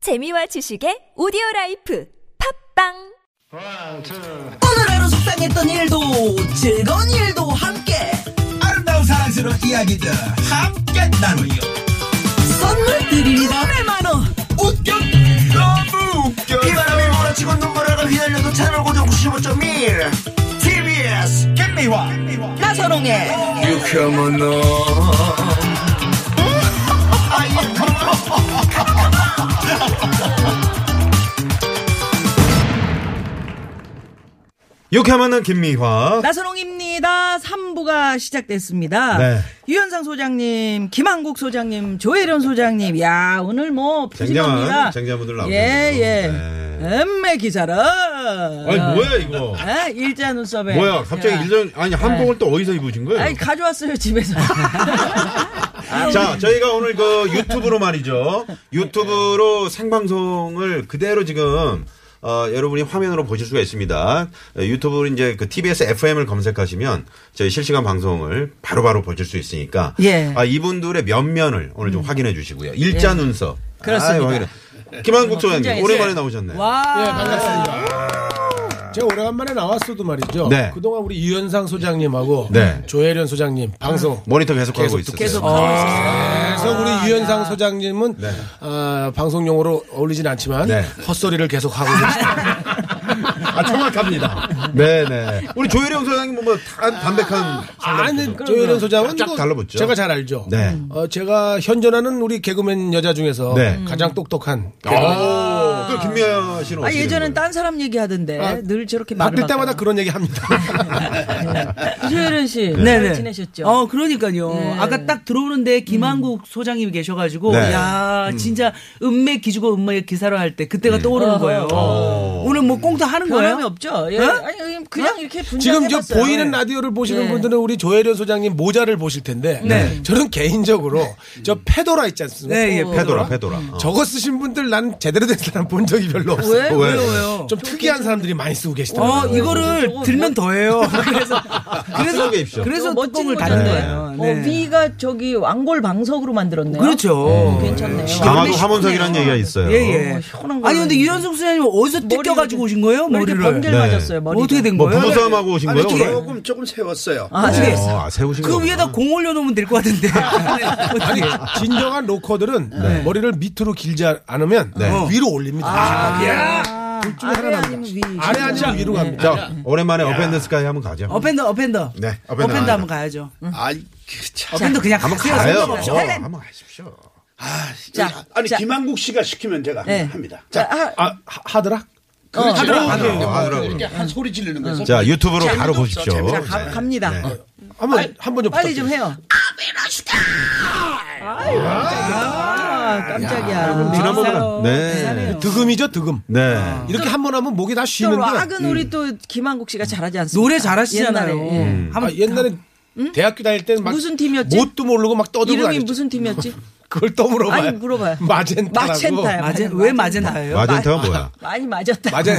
재미와 지식의 오디오 라이프 팝빵 오늘 하루 속상했던 일도 즐거운 일도 함께 아름다운 사랑스러운 이야기들 함께 나누요 선물 드립니다 100만원 웃겨 너무 웃겨 비바람이 몰아치고 눈보라가 휘날려도 채널 고정 95.1 TBS 김미화 나선홍의 유쾌한 너 이렇게 만난 김미화. 나선홍입니다 3부가 시작됐습니다 네. 유현상 소장님 김한국 소장님 조혜련 소장님 야 오늘 뭐 쟁쟁한, 푸짐합니다 쟁쟁한 분들 나오네요. 예예 네. 엠메 기사라 아니 뭐야 이거? 아, 일자 눈썹에 뭐야 갑자기 일전 아니 한복을 또 어디서 입으신 거예요? 네. 아니 가져왔어요 집에서 자 저희가 오늘 그 유튜브로 말이죠. 유튜브로 생방송을 그대로 지금. 어, 여러분이 화면으로 보실 수가 있습니다. 에, 유튜브로 이제 그 TBS FM을 검색하시면 저희 실시간 방송을 바로바로 보실 수 있으니까. 예. 음. 아, 이분들의 면면을 오늘 좀 확인해 주시고요. 일자 눈썹. 그렇습니다. 어, 아유, 확인해. 김한국 소장님, 굉장히- 예. 오랜만에 나오셨네요. 와 네, 반갑습니다. 아. 제가 오래간만에 나왔어도 말이죠. 네. 그동안 우리 이현상 소장님하고 네. 조혜련 소장님 방송 모니터 계속, 하고 계속 있어요. 계속 계속 우리 이현상 소장님은 어, 방송용으로 어울리진 않지만 네. 헛소리를 계속 하고 계십니다. 아, 정확합니다. 네네. 우리 조혜령 소장님 뭐 다, 담백한. 아니, 조혜련 소장은 쫙 뭐 달라붙죠. 제가 잘 알죠. 네. 어, 제가 현존하는 우리 개그맨 여자 중에서 네. 가장 똑똑한 오. 그 김미아 씨는 아 어떻게 예전엔 된 거예요? 딴 사람 얘기하던데 아, 늘 저렇게 말을 바뀔 때마다 바꿔요. 그런 얘기 합니다. 최혜련 씨, 네네. 잘 지내셨죠? 어, 그러니까요. 아까 딱 들어오는데 김한국 음. 소장님이 계셔가지고, 네. 야 진짜 음매 기주고 음매 기사로 할 때 그때가 떠오르는 거예요. 어. 오늘 뭐 꽁트 하는 변함이 거예요? 없죠. 예. 어? 아니 그냥 이렇게 분장 지금 저 보이는 네. 라디오를 보시는 분들은 우리 조혜련 소장님 모자를 보실 텐데 네. 저는 개인적으로 저 페도라 있지 않습니까? 네, 예, 페도라, 페도라. 어. 저거 쓰신 분들 난 제대로 된 사람 본 적이 별로 없어요. 왜? 왜? 왜요, 왜요? 좀 특이한 사람들이 많이 쓰고 계시더라고요. 어, 이거를 들면 더해요. 그래서, 쓰는 그래서, 게 입시죠. 그래서 뭐? 멋진 뚜껑을 거죠. 닫은 네. 거예요. 어, 위가 저기 왕골 방석으로 만들었네요. 그렇죠. 음. 괜찮네요. 강화도 하몬석이라는 얘기가 있어요. 예, 예. 어, 시원한 거. 아니, 근데 이현숙 소장님 어디서 뜯겨가지고 오신 거예요? 머리를 머리를. 이렇게 번개 네. 맞았어요. 머리. 어떻게 된 뭐 거예요? 부부싸움하고 오신 아니 거예요? 오늘? 조금 조금 세웠어요. 아, 어떻게 어, 아, 세우신 그 거구나. 위에다 공 올려놓으면 될 것 같은데. 아니 진정한 로커들은 머리를 밑으로 길지 않으면 어. 네. 위로 올립니다. 아, 둘 중에 하나 아니면 위. 납니다. 아래 아니면 위로 갑니다. 자, 오랜만에 어펜더 스카이 한번 가죠. 어펜더, 어펜더. 네, 어펜더, 어펜더 한번 가야죠. 아, 그 참. 어펜더 그냥 한번 가세요. 가요. 상관없죠. 네. 어, 한번 가십시오. 자, 아니 자. 김한국 씨가 시키면 제가 네. 합니다. 자, 자, 아, 아, 하- 하더라? 하더라, 하더라, 이렇게 한 소리 지르는 거죠. 아. 어. 자, 유튜브로 바로 재미도 없어, 보십시오. 재미도 자, 가- 네. 아, 갑니다. 한번 한 번 좀 빨리 좀 해요. 아베라슈타. 깜짝이야. 지난번에. 네. 득음이죠, 득음. 네. 이렇게 한 번 하면 목이 다 또 쉬는데 락은 우리 또 김한국 씨가 잘하지 않습니까? 노래 잘하시잖아요. 음. 옛날에, 예. 음. 아, 옛날에 대학교 다닐 때막 무슨 팀이었지? 뭣도 모르고 막 떠들고 이름이 다녔죠. 무슨 팀이었지? 그걸 또 물어봐요. 아니, 물어봐요. 마젠타라고. 마젠타요. 마젠, 왜 마젠타예요? 마젠타가 뭐야? 많이 맞았다. 마젠-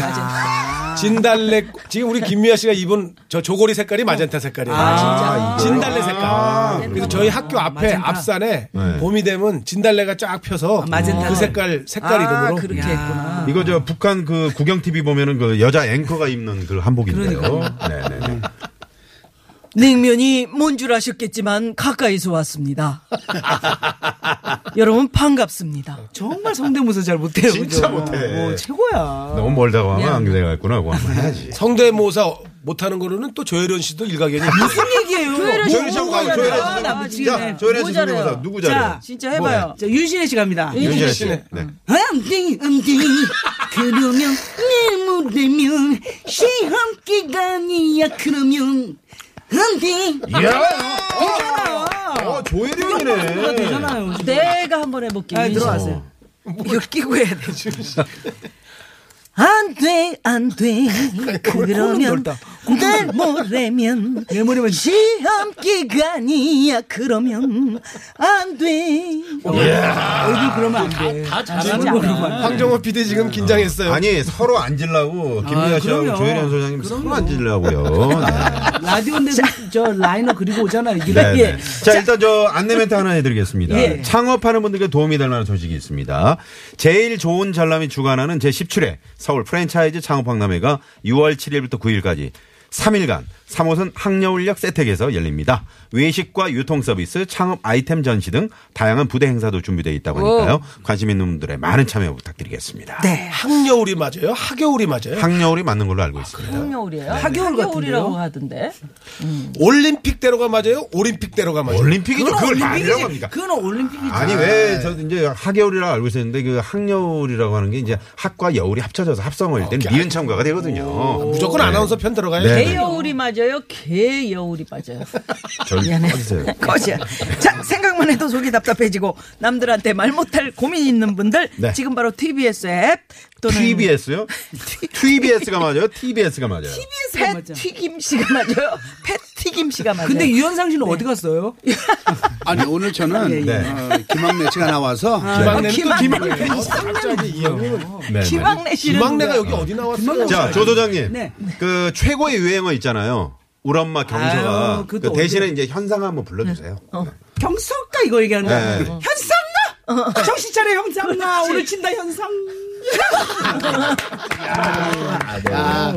진달래 지금 우리 김미아 씨가 입은 저 조고리 색깔이 마젠타 색깔이에요. 아, 진짜? 진달래 색깔. 그래서 저희 학교 앞에 마젠타. 앞산에 네. 봄이 되면 진달래가 쫙 펴서 마젠타를. 그 색깔 색깔 아, 이름으로 그렇게 했구나. 이거 저 북한 그 구경 TV 보면은 그 여자 앵커가 입는 그 한복인데요. 네네네. 냉면이 뭔 줄 아셨겠지만 가까이서 왔습니다. 여러분 반갑습니다. 정말 성대모사 잘 못해요. 진짜 그죠? 못해. 어, 최고야. 너무 멀다고 하면 안 되겠구나. 그거 한번 해야지. 성대모사 못하는 거로는 또 조혜련 씨도 일가견이 아, 무슨 네. 얘기예요. 조혜련 씨 한번 가요. 조혜련 씨 아, 나 선생님. 미치겠네. 자, 조혜련 씨 모자라요. 선생님 누구 자, 잘해요? 진짜 해봐요. 자, 윤신혜 씨 갑니다. 윤재 씨. 네. 음띵 음띵 그러면 내무되면 시험 기간이야 그러면 음띵 아, 야! 어, 조혜련이네. 되잖아요. 내가 한번 해볼게요. 아, 민수. 들어가세요. 이거 끼고 해야 돼. 그러니까 안 돼, 안 돼. 그러면 내 모레면 내 모레면 시험 기간이야 그러면 안돼 어, 예. 얼굴 그러면 안 돼. 다 잘하는 아, 거야. 황정호 PD 지금 긴장했어요. 아니 서로 앉으려고 김미아 아, 씨하고 그럼요. 조혜련 소장님 서로 앉으려고요. 네. 라디오인데 저 라이너 그리고 오잖아요. 이게 네, 예. 네. 자, 일단 저 안내 멘트 하나 해드리겠습니다. 예. 창업하는 분들께 도움이 될 만한 소식이 있습니다. 제일 좋은 전람이 주관하는 제17회 서울 프랜차이즈 창업박람회가 6월 7일부터 9일까지 3일간 3호선 항려울역 세택에서 열립니다. 외식과 유통 서비스, 창업 아이템 전시 등 다양한 부대 행사도 준비되어 있다고 하니까요. 관심 있는 분들의 많은 참여 부탁드리겠습니다. 네. 학여울이 맞아요? 학여울이 맞아요? 항려울이 맞는 걸로 알고 있습니다. 학여울이에요? 학여울 학여울이라고 하던데. 올림픽대로가 맞아요? 올림픽대로가 맞아요? 올림픽이죠. 그걸 말이라고 합니까? 그건 올림픽이지. 아니 왜 저 이제 학여울이라고 알고 있었는데 그 학여울이라고 하는 게 이제 학과 여울이 합쳐져서 합성어일 때는 미은 참가가 되거든요. 무조건 아나운서 편 들어가요. 네. 개여울이 맞아요? 개여울이 맞아요. 저를 꺼주세요. 거지야 자 생각만 해도 속이 답답해지고 남들한테 말 못할 고민 있는 분들 네. 지금 바로 TBS 앱 또는 TBS요? TBS가 맞아요? TBS가 맞아요. 팻 튀김씨가 맞아요 팻 튀김씨가 맞아요 근데 유현상 씨는 어디 갔어요? 아니 오늘 저는 네. 어, 김학래 씨가 나와서 아. 김학래는 김학래. 또 김학래. 갑자기 이 형은. 네, 네. 지방내 씨는 아, 그 김학래가 그 여기 어디 나왔어요? 자, 조 소장님. 네. 그 최고의 유행어 있잖아요. 우리 엄마 경서가 아유, 그 그것도 대신에 이제 현상 한번 불러주세요. 경석가 이거 얘기하는 거야. 네. 현상나 정신 차려 현상나 오늘 친다 현상.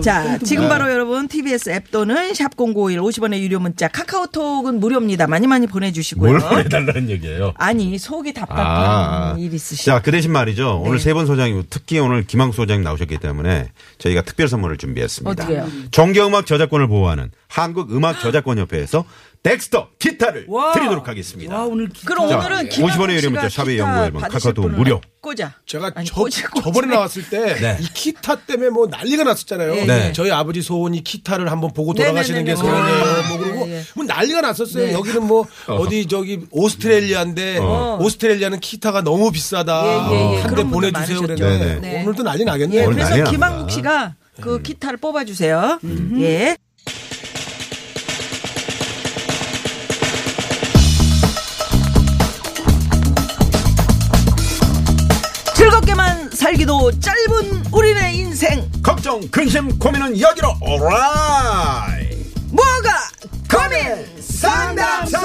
자, 네. 지금 바로 여러분 TBS 앱 또는 샵 #051 50원의 유료 문자 카카오톡은 무료입니다. 많이 많이 보내주시고요. 뭘 해달라는 얘기예요? 아니 속이 답답한 아, 일 있으시죠? 네. 자, 그 대신 말이죠. 오늘 세 번 소장이고 특히 오늘 김항수 소장님 나오셨기 때문에 저희가 특별 선물을 준비했습니다. 어떻게요? 정겨음악 저작권을 보호하는 한국음악저작권협회에서 덱스터 기타를 와. 드리도록 하겠습니다. 와 오늘 기... 그럼 자, 오늘은 50원의 유료 문자 샵의 연구 앨범, 카카오톡 무료. 꽂아. 제가 아니, 저, 꽂아, 꽂아. 저번에 나왔을 때 이 네. 기타 때문에 뭐 난리가 났었잖아요. 네. 저희 아버지 소원이 기타를 한번 보고 돌아가시는 게 예, 네네네네. 소원이에요. 아, 뭐 그러고 예, 예. 뭐 난리가 났었어요. 여기는 뭐 어디 저기 오스트레일리아인데 어. 오스트레일리아는 기타가 너무 비싸다. 예, 예, 예. 한 대 그런 분들 보내주세요. 많으셨죠. 그랬는데 네네. 오늘도 난리 예, 나겠네요. 오늘 그래서 난리 김한국 납니다. 음. 씨가 그 기타를 뽑아주세요. 예. 즐겁게만 살기도 짧은 우리네 인생 걱정, 근심, 고민은 여기로 오라이! 뭐가 고민 상담소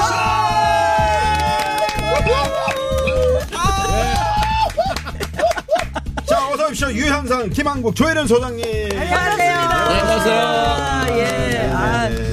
자, 어서 오십시오. 유현상, 김한국, 조혜련 소장님. 네, 아, 안녕하세요. 안녕하세요. 아, 예. 아, 네.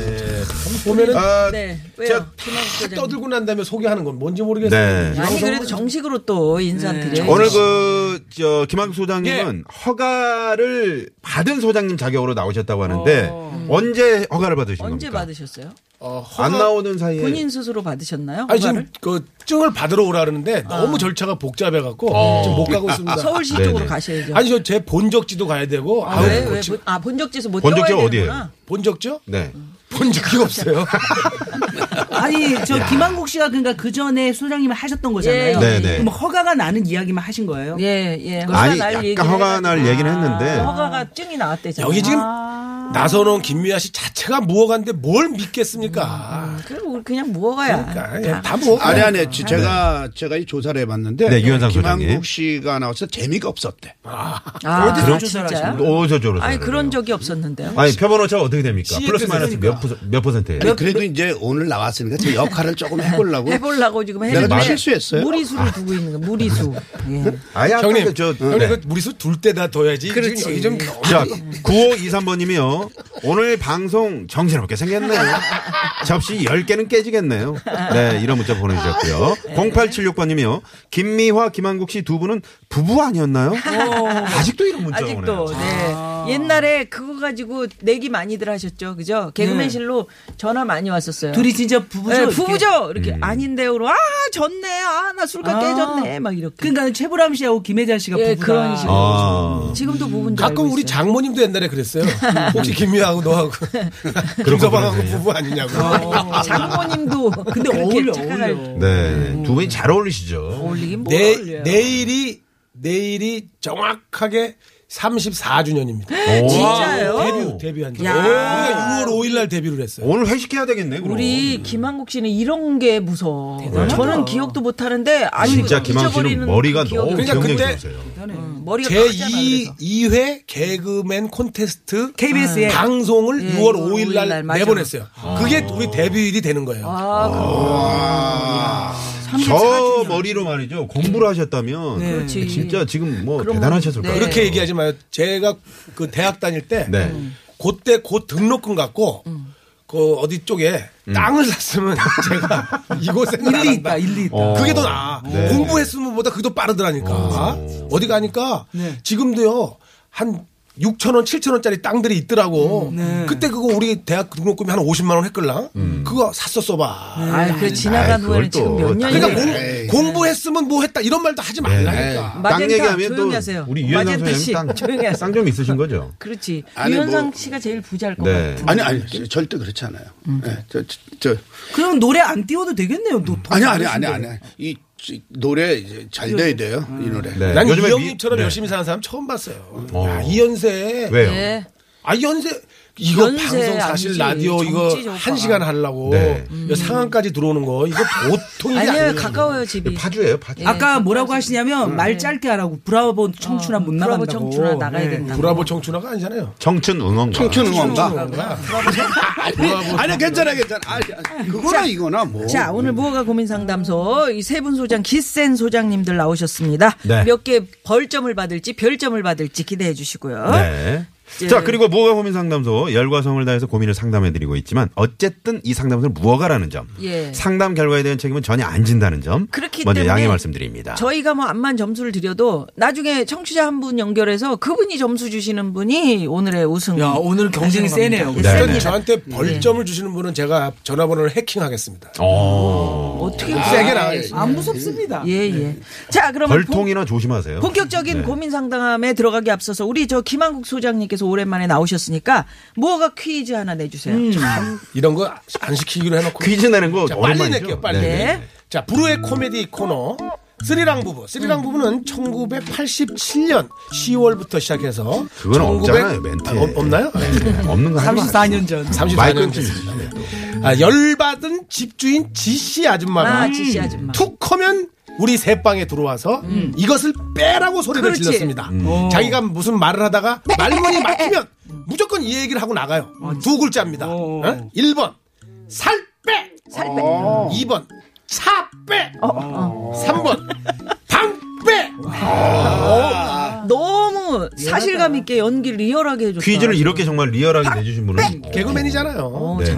보면은 아, 네. 자, 왜요? 탁 떠들고 난 다음에 소개하는 건 뭔지 모르겠어요. 네. 아니 그래도 정식으로 또 인사 네. 드려요. 오늘 그, 저, 김학수 소장님은 예. 허가를 받은 소장님 자격으로 나오셨다고 하는데, 언제 허가를 받으신 음. 언제 겁니까? 받으셨어요? 어, 안 나오는 사이에. 본인 스스로 받으셨나요? 아니 허가를? 어. 지금 그 증을 받으러 오라 그러는데 너무 절차가 복잡해 갖고 지금 못 가고 있습니다. 서울시 네네. 쪽으로 가셔야죠. 아, 아니 저 제 본적지도 가야 되고 아, 아우, 왜, 뭐? 왜, 그치. 본- 아 본적지에서 못 본적지가 들어와야 어디예요? 되는구나. 본적지요? 네. 음. 아, 본적지가 없어요. 아니 저 김한국 씨가 그러니까 그 전에 소장님이 하셨던 거잖아요. 예, 예. 그럼 허가가 나는 이야기만 하신 거예요? 예, 예. 허가 아니, 날 얘기를 약간 허가 날 얘기는 했는데, 해가지고 아, 허가가 증이 나왔대잖아요. 여기 지금 아, 나선홍 김미아 씨 자체가 무어가인데 뭘 믿겠습니까? 그래, 우리 그냥 무허가야. 그러니까 예, 다 뭐, 무어가. 아니 아니 지- 제가 제가 이 조사를 해봤는데 네, 유현상 소장님. 김한국 씨가 나와서 재미가 없었대. 아, 어디서 그럼 조사를 진짜요? 하시는 음. 오저저로. 아니 그런 적이 없었는데요. 아니, 표본오차가 어떻게 됩니까? 플러스 마이너스 몇, 그러니까. 퍼센- 몇 퍼센트예요? 아니, 그래도 이제 오늘 나왔으니까 제 역할을 조금 뭐 해보려고. 해보려고 지금 내가 좀 했는데 실수했어요. 무리수를 두고 있는 거 무리수. 예. 아니, 아까 형님, 그 저, 형님 네. 그 우리 둘 때다 둬야지. 지금 그렇지. 음. 여기 좀 너무 아, 자, 예. 9523번님이요. 오늘 방송 정신없게 생겼네요. 접시 10개는 깨지겠네요. 네, 이런 문자 보내주셨고요. 네. 0876번님이요. 김미화, 김한국 씨 두 분은 부부 아니었나요? 아직도 이런 문자 가 오네요. 아직도 네 옛날에 그거 가지고 내기 많이들 하셨죠, 그죠? 개그맨실로 전화 많이 왔었어요. 네. 둘이 진짜 부부죠. 네, 이렇게? 음. 부부죠? 이렇게 아닌데요로 아 졌네, 아나 술값 깨졌네, 막 이렇게. 그러니까 최보람 씨하고 김혜자 씨가 예, 부부다. 그런 식으로. 아, 지금도 부부인 줄 가끔 알고 우리 있어요. 장모님도 옛날에 그랬어요. 혹시 김미아하고 너하고 김서방하고 부부 아니냐고. 장모님도 근데 어울려, 착각할 어울려. 네. 두 분이 잘 어울리시죠? 어울리긴 뭐 내, 어울려요. 내일이 내일이 정확하게 34주년입니다. 진짜요? 데뷔 데뷔한 지. 야. 우리가 6월 5일 날 데뷔를 했어요. 오늘 회식해야 되겠네, 그럼. 우리 김한국 씨는 이런 게 무서워. 어. 대단하다. 저는 기억도 못 하는데 아니 그 진짜 김항 씨는 잊어버리는 머리가 기억이 너무 그러니까 기억력이 그때- 좋으세요. 음. 머리가 제 크잖아, 이 그래서. 이회 개그맨 콘테스트 KBS에 방송을 예, 6월 6월 5일 5일 날 날, 맞아. 내보냈어요. 그게 우리 데뷔일이 되는 거예요. 저 머리로 말이죠. 공부를 하셨다면 네, 그렇지. 네. 진짜 지금 뭐 대단하셨을 거예요. 그렇게 얘기하지 마요. 제가 그 대학 다닐 때 네. 그때 곧 등록금 갖고 그 어디 쪽에 음. 땅을 샀으면 제가 이곳에 일리 있다, 일리 있다. 어. 그게 더 나아. 네. 공부했으면 보다 그게 더 빠르더라니까. 아? 어디 가니까 네. 지금도요. 한 6천 원, 7천 원짜리 땅들이 있더라고. 음, 네. 그때 그거 우리 대학 등록금이 한 50만 원 했걸랑. 음. 그거 샀었어 봐. 네. 아, 그래 지나간 후에는 아이, 그걸 지금 또- 뭐 몇 년이 그러니까 됐- 에이. 공, 공부했으면 뭐 했다 이런 말도 하지 말라니까. 땅 마젠타, 얘기하면 또 조용히 하세요. 우리 유현상 마젠타 씨, 조용히 소장님 하세요. 땅좀 있으신 거죠? 그렇지. 아니, 유현상 뭐- 씨가 제일 부자일 것 네. 같아. 아니 아니 저- 절대 그렇지 않아요. 예, 저, 저, 저 그럼 노래 안 띄워도 되겠네요. 또 아니 아니 아니 아니 이 이 노래 이제 잘 돼야 돼요 이 노래. 네. 난 요즘에 미- 이영님처럼 네. 열심히 사는 사람 처음 봤어요. 어. 야, 이연세. 왜요? 예. 아 이연세 이거 연세 방송 사실 아니지. 라디오 이거 정치적 한 오빠가. 시간 하려고 네. 이거 상한까지 들어오는 거 이거 보통이 아니에요. 아니에요. 가까워요, 집이. 파주예요, 파주. 아까 뭐라고 하시냐면 말 짧게 하라고 브라보 청춘아 못 네. 어, 브라보 나간다고. 네. 청춘아 나가야 된다. 브라보 청춘화가 아니잖아요. 청춘 응원가. 청춘 응원가. 뭔가 아니, 아니 괜찮아 괜찮아. 아니, 아니, 그거나 이거나 뭐. 자, 예. 오늘 무허가 고민 상담소 이 세 분 소장 기센 소장님들 나오셨습니다. 네. 몇 개 벌점을 받을지 별점을 받을지 기대해 주시고요. 네. 자 그리고 무허가 고민 상담소 열과 성을 다해서 고민을 상담해드리고 있지만 어쨌든 이 상담소는 무허가라는 점, 예. 상담 결과에 대한 책임은 전혀 안 진다는 점, 그렇기 먼저 때문에 양해 말씀드립니다. 저희가 뭐 암만 점수를 드려도 나중에 청취자 한 분 연결해서 그분이 점수 주시는 분이 오늘의 우승. 야, 오늘 경쟁이 하시는 겁니다. 세네요. 예, 네. 일단 셉니다. 저한테 벌점을 주시는 분은 제가 전화번호를 해킹하겠습니다. 어. 어떻게 세게 나가겠습니다. 안 무섭습니다. 예, 예. 자, 그러면 본- 네. 벌통이나 네. 조심하세요. 본격적인 고민 상담에 들어가기 앞서서 우리 저 김한국 소장님께서 오랜만에 나오셨으니까 무허가 퀴즈 하나 내주세요. 음. 이런 거 안 시키기로 해놓고 퀴즈 내는 거 자, 빨리 그 오랜만이죠? 낼게요, 빨리. 네. 네. 자, 불후의 코미디 코너. 스리랑 부부. 음. 스리랑 부부는 1987년 10월부터 시작해서. 그건 없잖아요, 멘트에. 아, 없- 없나요? 없는 거 하지 마세요. 34년 전. 34년 됐습니다. 아, 열받은 집주인 지씨 아줌마가. 아, 지씨 아줌마. 음. 툭 하면 우리 새방에 들어와서 이것을 빼라고 소리를 그렇지. 네. 질렀습니다. 자기가 무슨 말을 하다가 말문이 막히면 무조건 이 얘기를 하고 나가요. 아, 두 글자입니다. 어? 1번 살 빼. 살 빼. 2번 차 빼. 어, 3번 방 빼. 너무 사실감 있게 연기 리얼하게 해줬다. 퀴즈를 이렇게 정말 리얼하게 내주신 분은 어. 개그맨이잖아요. 네.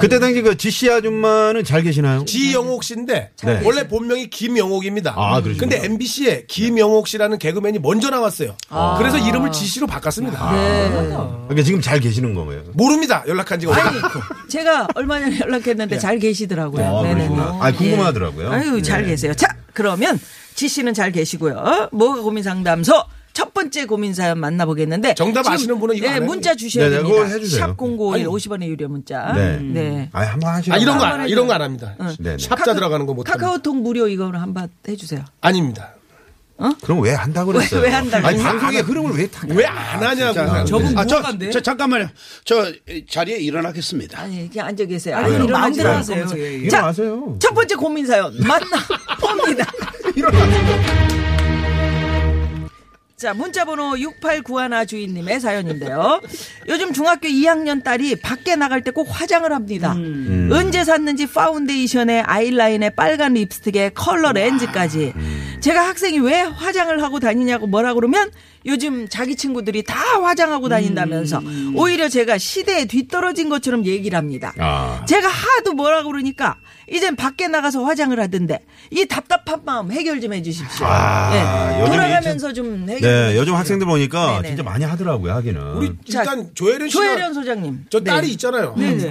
그때 당시 그 지씨 아줌마는 잘 계시나요? 어, 지영옥 씨인데 네. 원래 본명이 김영옥입니다. 아, 그러시구나. 근데 MBC에 김영옥 씨라는 개그맨이 먼저 나왔어요. 그래서 이름을 지씨로 바꿨습니다. 그러니까 지금 잘 계시는 거예요. 모릅니다. 연락한 지가 아니, 그 오래됐고. 제가 얼마 전에 연락했는데 잘 계시더라고요. 아, 네네. 그러시구나. 아, 궁금하더라고요. 예. 아유, 잘 계세요. 자, 그러면 지 씨는 잘 계시고요. 뭐가 고민 상담소 첫 번째 고민 사연 만나보겠는데 정답 지금, 아시는 분은 이거 예, 안 해요. 문자 주셔야 네네, 됩니다. 그거 해주세요. 샵 공고일 아니. 50원의 유료 문자. 네. 네. 아, 한번 하시라고. 아, 이런 거, 안- 이런 거 안 합니다. 네네. 샵자 들어가는 거 못 합니다. 카카오톡 무료 이거는 한번 해주세요. 아닙니다. 그럼 왜 한다고 그랬어요? 왜 한다고 아니, 그랬어요? 방송의 흐름을 왜 타냐? 왜 안 하냐고. 저분 저분 아, 저, 무화과인데? 저 잠깐만요. 저 자리에 일어나겠습니다. 아니, 그냥 앉아 계세요. 아니, 아니, 마음대로 일어나지 하세요. 마세요. 예, 예. 자, 일어나세요. 첫 번째 고민 사연 만나봅니다. 자, 문자번호 6891 주인님의 사연인데요. 요즘 중학교 2학년 딸이 밖에 나갈 때 꼭 화장을 합니다. 언제 샀는지 파운데이션에 아이라인에 빨간 립스틱에 컬러 렌즈까지. 제가 학생이 왜 화장을 하고 다니냐고 뭐라 그러면 요즘 자기 친구들이 다 화장하고 다닌다면서 오히려 제가 시대에 뒤떨어진 것처럼 얘기를 합니다. 아. 제가 하도 뭐라 그러니까 이젠 밖에 나가서 화장을 하던데 이 답답한 마음 해결 좀 해주십시오. 아, 네. 요즘 돌아가면서 좀 해결. 좀 네, 해주십시오. 요즘 학생들 보니까 네네. 진짜 많이 하더라고요, 하기는. 우리 자, 일단 조혜련 씨가 조혜련 소장님. 저 딸이 있잖아요. 네.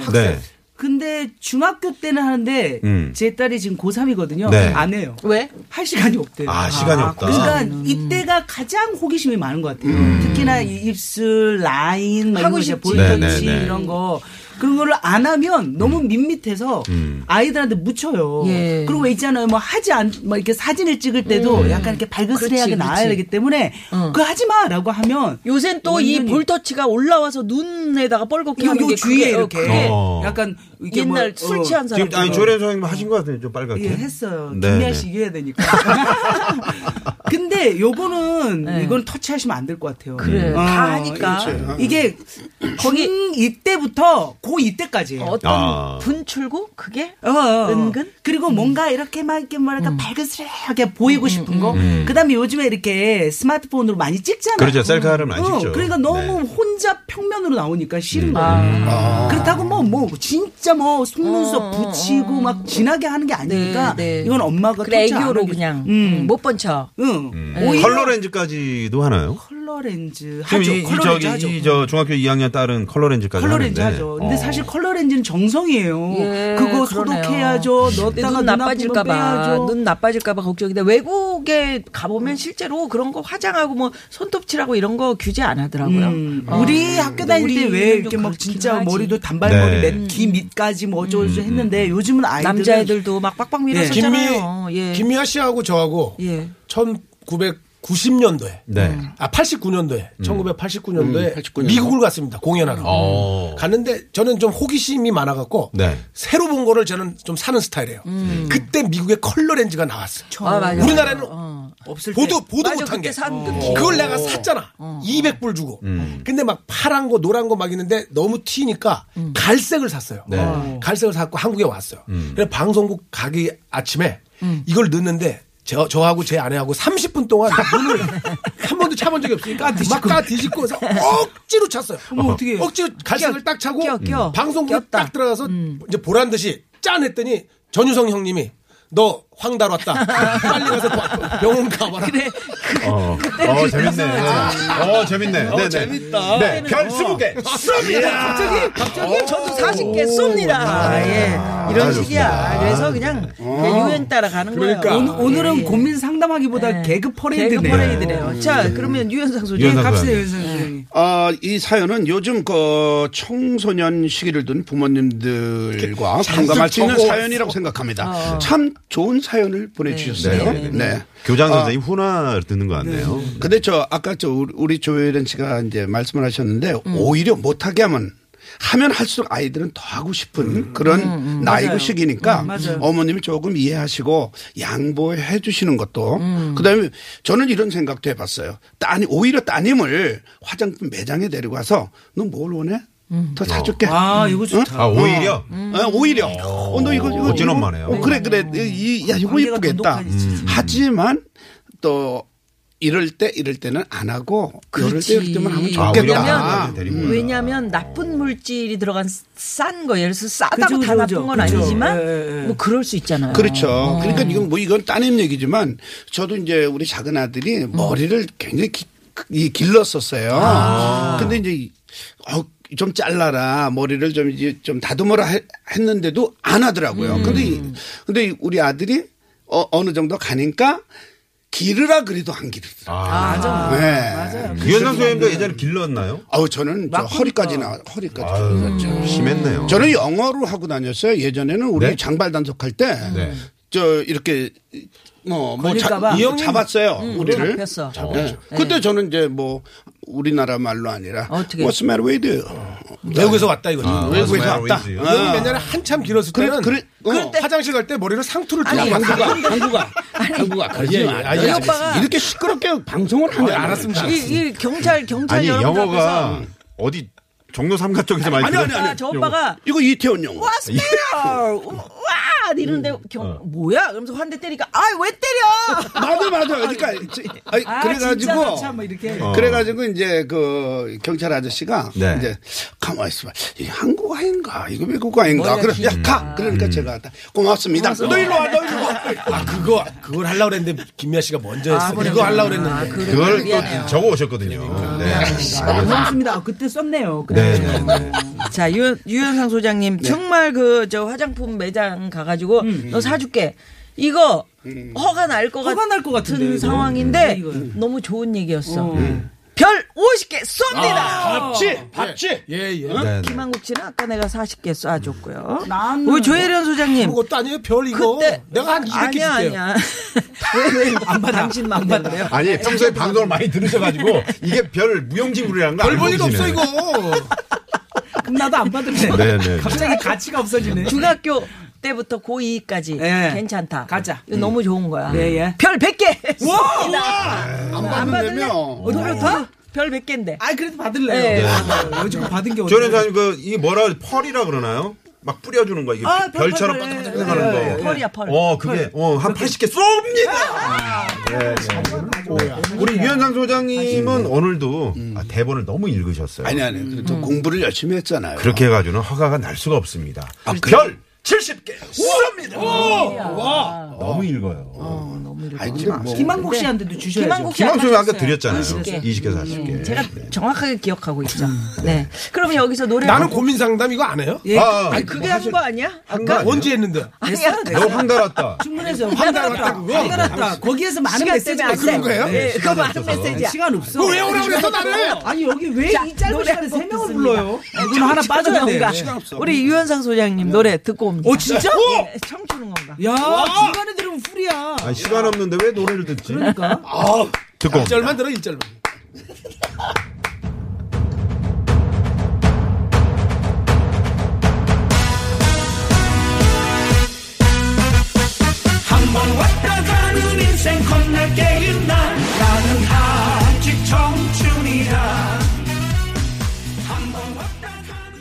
근데 중학교 때는 하는데 음. 제 딸이 지금 고3이거든요. 네. 안 해요. 왜? 할 시간이 없대요. 아, 시간이 없다. 음. 그러니까 음. 이때가 가장 호기심이 많은 것 같아요. 특히나 이 입술 라인 막 이런 하고 거 이제 싶지. 볼터치 네, 네, 네. 이런 거 그런 거를 안 하면 너무 밋밋해서 음. 아이들한테 묻혀요. 예. 그리고 왜 있잖아요. 뭐 하지 않, 뭐 이렇게 사진을 찍을 때도 약간 음. 그렇지, 이렇게 어. 발그스레하게 나와야 그렇지. 되기 때문에 그거 하지 마라고 하면 요샌 또 이 볼터치가 올라와서 눈에다가 뻘겋게 요, 하는 요 게 주위에 그게- 어, 이렇게 그게 어. 약간 이게 옛날 뭐, 술 어, 취한 사람. 지금 아니 조련 선생님 하신 것 같은데 좀 빨갛게. 예, 했어요. 네, 김미아 네. 씨 이겨야 되니까. 근데 요거는 이건 터치하시면 안 될 것 같아요. 네. 그래, 어, 다 하니까. 그렇죠. 이게 거기 이때부터 고 이때까지. 어, 어떤 아. 분출구? 그게? 어. 은근? 그리고 음. 뭔가 이렇게 막 이렇게 뭐랄까 밝은스레하게 보이고 싶은 거. 그다음에 요즘에 이렇게 스마트폰으로 많이 찍잖아요. 그렇죠. 셀카를 많이 어, 찍죠. 네. 음. 그러니까 너무 혼자 평면으로 나오니까 싫은 거예요. 아. 그렇다고 뭐, 뭐, 진짜 뭐, 속눈썹 붙이고 막 진하게 하는 게 아니니까, 어. 네, 네. 이건 엄마가 그래 터치 안 애교로 하는 게- 그냥 음, 못 본 척. 응. 음. 네. 컬러 렌즈까지도 하나요? 컬러 지금 렌즈 하죠. 이, 이 컬러 렌즈 하죠. 저기 이 저 중학교 2학년 딸은 컬러 렌즈까지 컬러 하는데. 렌즈 하죠. 근데 어. 사실 컬러 렌즈는 정성이에요. 예, 그거 그러네요. 소독해야죠. 음. 근데 넣었다가 뭐 눈 나빠질까봐 눈 눈 나빠질까봐 걱정인데 외국에 어. 가보면 실제로 그런 거 화장하고 뭐 손톱 칠하고 이런 거 규제 안 하더라고요. 어. 음, 우리 학교 다닐 때 왜 이렇게 막 진짜 머리도 단발머리 네. 음, 넷, 귀 밑까지 뭐 어쩌고 저쩌고 했는데 요즘은 예, 아이들 남자애들도 막 빡빡 밀어줬잖아요. 김미 예. 김미아 씨하고 저하고 예. 1990년도에 네. 음. 아 89년도에 1989년도에 89년도. 미국을 갔습니다 공연하러 음. 어. 갔는데 저는 좀 호기심이 많아갖고 네. 새로 본 거를 저는 좀 사는 스타일이에요. 음. 그때 미국의 컬러 렌즈가 나왔어요. 아, 맞아. 우리나라는 어, 없을 때 보도 보도 맞아, 그때 못한 게 어. 산 그걸 내가 샀잖아. 200불 주고. 음. 근데 막 파란 거 노란 거 막 있는데 너무 튀니까 갈색을 샀어요. 네. 어. 갈색을 샀고 한국에 왔어요. 그래서 방송국 가기 아침에 이걸 넣는데 저, 저하고 제 아내하고 30분 동안 눈을 한 번도 차본 적이 없으니까 막까 뒤집고 해서 억지로 찼어요. 어떡해. 억지로 갈색을 딱 차고 음. 껴, 껴. 방송국에 꼈다. 딱 들어가서 이제 보란 듯이 짠 했더니 전유성 형님이 너 황달 왔다. 빨리 가서 도- 병원 가봐라. 어. 어, 재밌네. 어, 재밌네. 네, 네. 재밌다. 네. 별 20개. 갑자기 어. 갑자기 저도 40개 쏩니다. 아, 예. 이런 식이야. 아, 좋습니다. 그래서 그냥 그냥 유행 따라 가는 어. 그러니까. 거예요. 어. 예. 네. 오, 늘은 고민 상담하기보다 개그 개그 퍼레이드네요. 음. 퍼레이드네요. 자, 그러면 유현상 소장 유현상 네, 갑시다. 소장. 유현상 선생님. 아, 이 사연은 요즘 그 청소년 시기를 둔 부모님들과 공감할 수 있는 사연이라고 생각합니다. 참 좋은 사연을 보내주셨어요. 어. 네, 네, 네. 교장 선생님 훈화 듣는 것 같네요. 근데 저 아까 저 우리- 우리 조혜련 씨가 이제 말씀을 하셨는데 오히려 못하게 하면 하면 할수록 아이들은 더 하고 싶은 그런 나이고 시기니까 어머님이 조금 이해하시고 양보해 주시는 것도 그다음에 저는 이런 생각도 해봤어요. 따님 오히려 따님을 화장품 매장에 데리고 가서 너 뭘 원해? 더 사줄게. 아, 이거 좋다. 아, 오히려? 어, 오히려. 어, 너 이거, 이거. 어찌나 이거- 많아요. 어, 그래, 그래. 이, 이- 야, 이거 음. 관계가 예쁘겠다. 돈독하지, 하지만 또 이럴 때, 이럴 때는 안 하고, 이럴 때, 이럴 때만 하면 아, 좋겠다. 오히려 데리고 오나. 왜냐하면 나쁜 물질이 들어간 싼 거, 예를 들어서 싸다고 그죠, 다 그죠, 나쁜 건 그죠. 아니지만 예, 예. 뭐 그럴 수 있잖아요. 그렇죠. 음. 그러니까 이건 뭐 이건 따님 얘기지만 저도 이제 우리 작은 아들이 음. 머리를 굉장히 기- 이 길렀었어요. 아. 근데 이제 이- 어, 좀 잘라라 머리를 좀 이제 좀 다듬어라 해- 했는데도 안 하더라고요. 음. 근데 이- 근데 이 우리 아들이 어, 어느 정도 가니까 기르라 그래도 안 기르더라고요. 아, 네. 유현상 선생님도 예전에 길렀나요? 아우 저는 저 허리까지 나 허리까지 길렀죠. 심했네요. 아, 그렇죠. 저는 영어로 하고 다녔어요. 예전에는 우리 네? 장발 단속할 때, 네. 저 이렇게 뭐, 뭐 걸릴까 잡, 봐. 이 형님- 잡았어요. 우리를. 잡혔어. 네. 그때 저는 이제 뭐 우리나라 말로 아니라 어떻게? What's the matter with you? 외국에서 왔다 이거죠. 외국에서 What's the 왔다. matter with 어. 그럼 옛날에 한참 길었을 그래, 때는 그래, 어. 그럴 때 화장실 갈 때 머리를 상투를 들고 한국아, 갔어요. 한국아, 한국아, 그러지 예, 마. 예, 알겠습니다. 이 오빠가- 이렇게 시끄럽게 방송을 하면 알았습니다. 이, 이 경찰 경찰 아니, 여러분 앞에서 영어가 어디 정로 삼가 쪽에서 많이 아니, 아니, 들었- 아니. 아, 저 오빠가 이거 이태원 영어. 와스페어 와 이러는데 경, 뭐야? 그러면서 환대 때리니까 아 왜 때려? 맞아, 맞아. 그러니까 저- 아니, 아, 진짜 그래가지고 그렇지, 뭐 이렇게. 그래가지고 이제 그 경찰 아저씨가 어. 네. 이제 가만 있어봐. 이 한국 아인가? 이거 외국 아인가? 그래, 야 가. 음. 그러니까 제가 다 고맙습니다. 어. 너 일로 와, 너 일로 와. 아 그거 그걸 하려고 그랬는데 김미아 씨가 먼저 했어. 이거 하려고 그랬는데. 아, 그걸 또 적어 오셨거든요. 네. 고맙습니다. 아, 그때 썼네요. 그때. 네, 네, 네. 자, 유, 유현상 소장님, 정말 그, 저 화장품 매장 가가지고, 너 사줄게. 이거, 허가 날 것 같은 허가 날것 같은데, 이거. 상황인데, 음, 너무 좋은 얘기였어. 별 50개 아, 쏩니다. 아, 어, 봤지, 봤지. 예, 예. 네, 네. 김한국 씨는 아까 내가 40개 쏴줬고요. 나는 우리 조혜련 소장님. 그것도 아니에요. 별 이거. 그때- 내가 한 200개 줄게요. 아니야, 아니야. 왜, 왜, 안 받아. 당신만 받아요. 아니 평소에 방송을 많이 들으셔가지고 이게 별 무용지물이라는 거. 별 볼 일 알고 없어 계시네. 이거. 그럼 나도 안 받을래. 네, 네. 갑자기 가치가 없어지네. 중학교 때부터 고2까지 예. 괜찮다. 가자. 이거 너무 좋은 거야. 예, 예. 별 100개. 안 받는다며. 오늘은 어? 더? 별 100개인데. 아 그래도 받을래요. 네. 어, 요즘 받은 게뭐 저는 어디야? 사실 그이 뭐라 펄이라 그러나요? 막 뿌려주는 거 이게 아, 펄, 별처럼 펄, 펄. 반짝반짝 하는 거. 펄이야, 펄. 아, 어 그게 어한 80개 쏩니다. 예, 네. 네. 우리 유현상 소장님은 오늘도 음. 아, 대본을 너무 읽으셨어요. 아니, 아니. 그래도 공부를 열심히 했잖아요. 그렇게 해가지고는 허가가 날 수가 없습니다. 아, 별 70개 쏩니다. 너무 읽어요. 아니, 근데 뭐. 김한국 씨한테도 주셔야죠. 김한국 씨. 김학수는 아까 하셨어요. 드렸잖아요. 20개. 20개, 40개. 음, 제가 정확하게 기억하고 있죠. 음. 네. 그러면 여기서 노래. 나는 고민 상담 이거 안 해요? 예. 아, 아니, 그게 한 거 아니야? 한거 아니야? 언제 했는데? 아니야. 너무 황달았다. 충분해서 황달았다. 황달았다. 아, 거기에서 많은 시간 메시지가 때문에 있어요. 네, 안 돼. 거예요? 예, 그거 많은 없어서. 메시지야. 시간 없어. 그걸 왜 오라고 그랬어, 나를? 아니 여기 왜 이 짧은 시간에 세 명을 불러요? 네, 이거는 나 하나 빠져야 돼. 우리 유현상 소장님 노래 듣고 옵니다. 어 진짜? 네, 청춘은 건가? 야 중간에 들으면 풀이야. 아니, 시간 없는데 왜 노래를 듣지? 아, 그러니까. 듣고 아, 옵니다. 일절만 들어 일절만. 한 번 왔다 가는 인생 겁나게인 나 나는 아직 청춘이라 한 번 왔다 가는